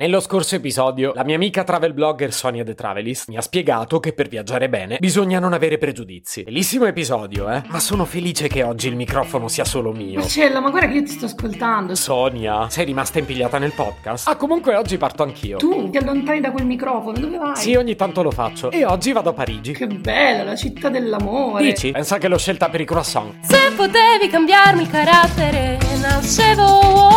Nello scorso episodio, la mia amica travel blogger Sonia The Travelist mi ha spiegato che per viaggiare bene bisogna non avere pregiudizi. Bellissimo episodio, eh? Ma sono felice che oggi il microfono sia solo mio. Marcello, ma guarda che io ti sto ascoltando. Sonia, sei rimasta impigliata nel podcast? Ah, comunque oggi parto anch'io. Tu ti allontani da quel microfono, dove vai? Sì, ogni tanto lo faccio. E oggi vado a Parigi. Che bella, la città dell'amore. Dici? Pensa che l'ho scelta per i croissant. Se potevi cambiarmi carattere, nascevo Word.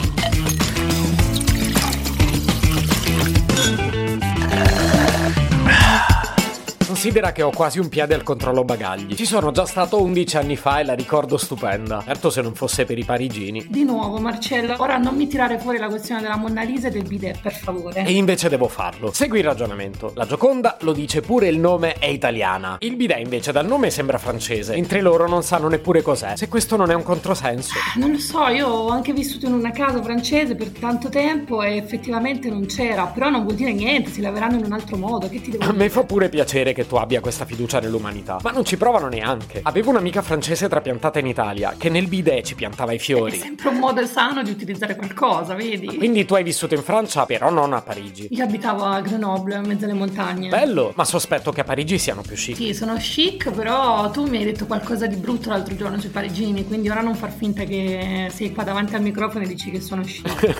Considera che ho quasi un piede al controllo bagagli. Ci sono già stato 11 anni fa e la ricordo stupenda. Certo se non fosse per i parigini. Di nuovo, Marcello, ora non mi tirare fuori la questione della Monna Lisa e del bidet, per favore. E invece devo farlo. Segui il ragionamento. La Gioconda lo dice pure il nome è italiana. Il bidet invece dal nome sembra francese, mentre loro non sanno neppure cos'è. Se questo non è un controsenso. Ah, Non lo so, io ho anche vissuto in una casa francese per tanto tempo e effettivamente non c'era, però non vuol dire niente, si laveranno in un altro modo, che ti devo A dire? me fa pure piacere che tu abbia questa fiducia nell'umanità, ma non ci provano neanche. Avevo un'amica francese trapiantata in Italia che nel bidet ci piantava i È fiori. sempre un modo sano di utilizzare qualcosa, vedi? Quindi tu hai vissuto in Francia, però non a Parigi. Io abitavo a Grenoble, in mezzo alle montagne. Bello, ma sospetto che a Parigi siano più chic. Sì, sono chic, però tu mi hai detto qualcosa di brutto l'altro giorno sui parigini, quindi ora non far finta che sei qua davanti al microfono e dici che sono chic.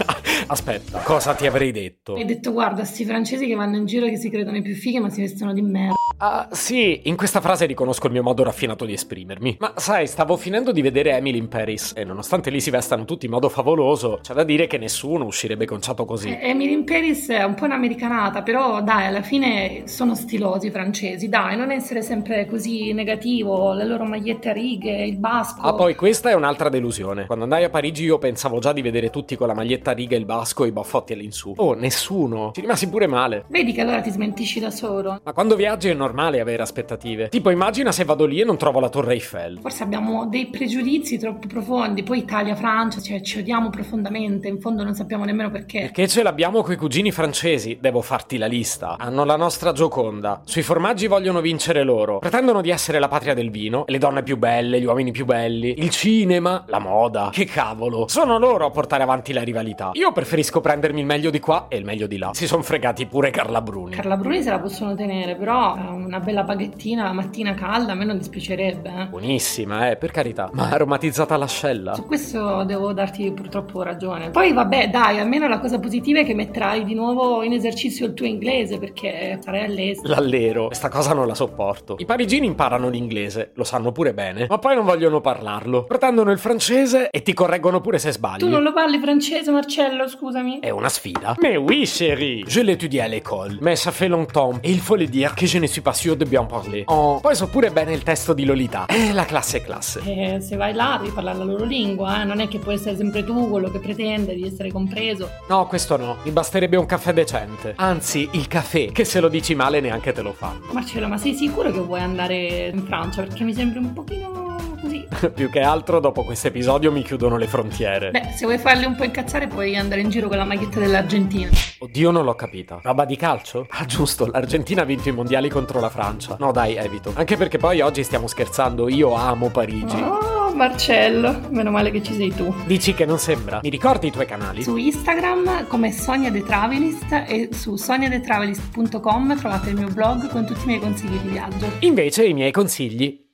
Aspetta, cosa ti avrei detto? Hai detto guarda, sti francesi che vanno in giro che si credono i più fighi ma si vestono di merda. Ah, sì, in questa frase riconosco il mio modo raffinato di esprimermi. Ma sai, stavo finendo di vedere Emily in Paris e nonostante lì si vestano tutti in modo favoloso, c'è da dire che nessuno uscirebbe conciato così. Eh, Emily in Paris è un po' un'americanata, però dai, alla fine sono stilosi i francesi, dai, non essere sempre così negativo, le loro magliette a righe, il basco. Ah, poi questa è un'altra delusione. Quando andai a Parigi io pensavo già di vedere tutti con la maglietta a riga e il basco e i baffotti all'insù. Oh, nessuno. Ci rimasi pure male. Vedi che allora ti smentisci da solo. Ma quando viaggi è normale avere aspettative. Tipo, immagina se vado lì e non trovo la Torre Eiffel. Forse abbiamo dei pregiudizi troppo profondi, poi Italia, Francia, cioè ci odiamo profondamente, in fondo non sappiamo nemmeno perché. Perché ce l'abbiamo coi cugini francesi, devo farti la lista. Hanno la nostra Gioconda. Sui formaggi vogliono vincere loro. Pretendono di essere la patria del vino, le donne più belle, gli uomini più belli, il cinema, la moda. Che cavolo! Sono loro a portare avanti la rivalità. Io preferisco prendermi il meglio di qua e il meglio di là. Si sono fregati pure Carla Bruni. Carla Bruni se la possono tenere, però eh, una bella baghettina la mattina calda a me non dispiacerebbe. eh. Buonissima, eh, per carità. Ma aromatizzata all'ascella. Su questo devo darti purtroppo ragione. Poi vabbè, dai, almeno la cosa positiva è che metterai di nuovo in esercizio il tuo inglese perché sarai all'estero. L'allero, questa cosa non la sopporto. I parigini imparano l'inglese, lo sanno pure bene, ma poi non vogliono parlarlo. Pretendono il francese e ti correggono pure se sbagli. Tu non lo parli francese, Marcello, scusami? È una sfida. Mais oui, chérie. Je l'étudie à l'école. Mais ça fait longtemps. Et il faut le dire che je ne suis pas sûr de bien parler. Oh. Poi so pure bene il testo di Lolita. Eh, la classe è classe. Eh, se vai là devi parlare la loro lingua, eh, non è che puoi essere sempre tu quello che pretende di essere compreso. No, questo no. Mi basterebbe un caffè decente. Anzi, il caffè, che se lo dici male neanche te lo fanno. Marcello, ma sei sicuro che vuoi andare in Francia? Perché mi sembra un pochino così. Più che altro, dopo questo episodio mi chiudono le frontiere. Beh, se vuoi farli un po' incazzare puoi andare in giro con la maglietta dell'Argentina. Oddio, non l'ho capita. Roba di calcio? Ah, giusto, l'Argentina ha vinto i mondiali contro la Francia. No, dai, evito. Anche perché poi oggi stiamo scherzando, io amo Parigi. Oh, Marcello, meno male che ci sei tu. Dici che non sembra? Mi ricordi i tuoi canali? Su Instagram come Sonia The Travelist e su soniathetravelist.com trovate il mio blog con tutti i miei consigli di viaggio. Invece i miei consigli,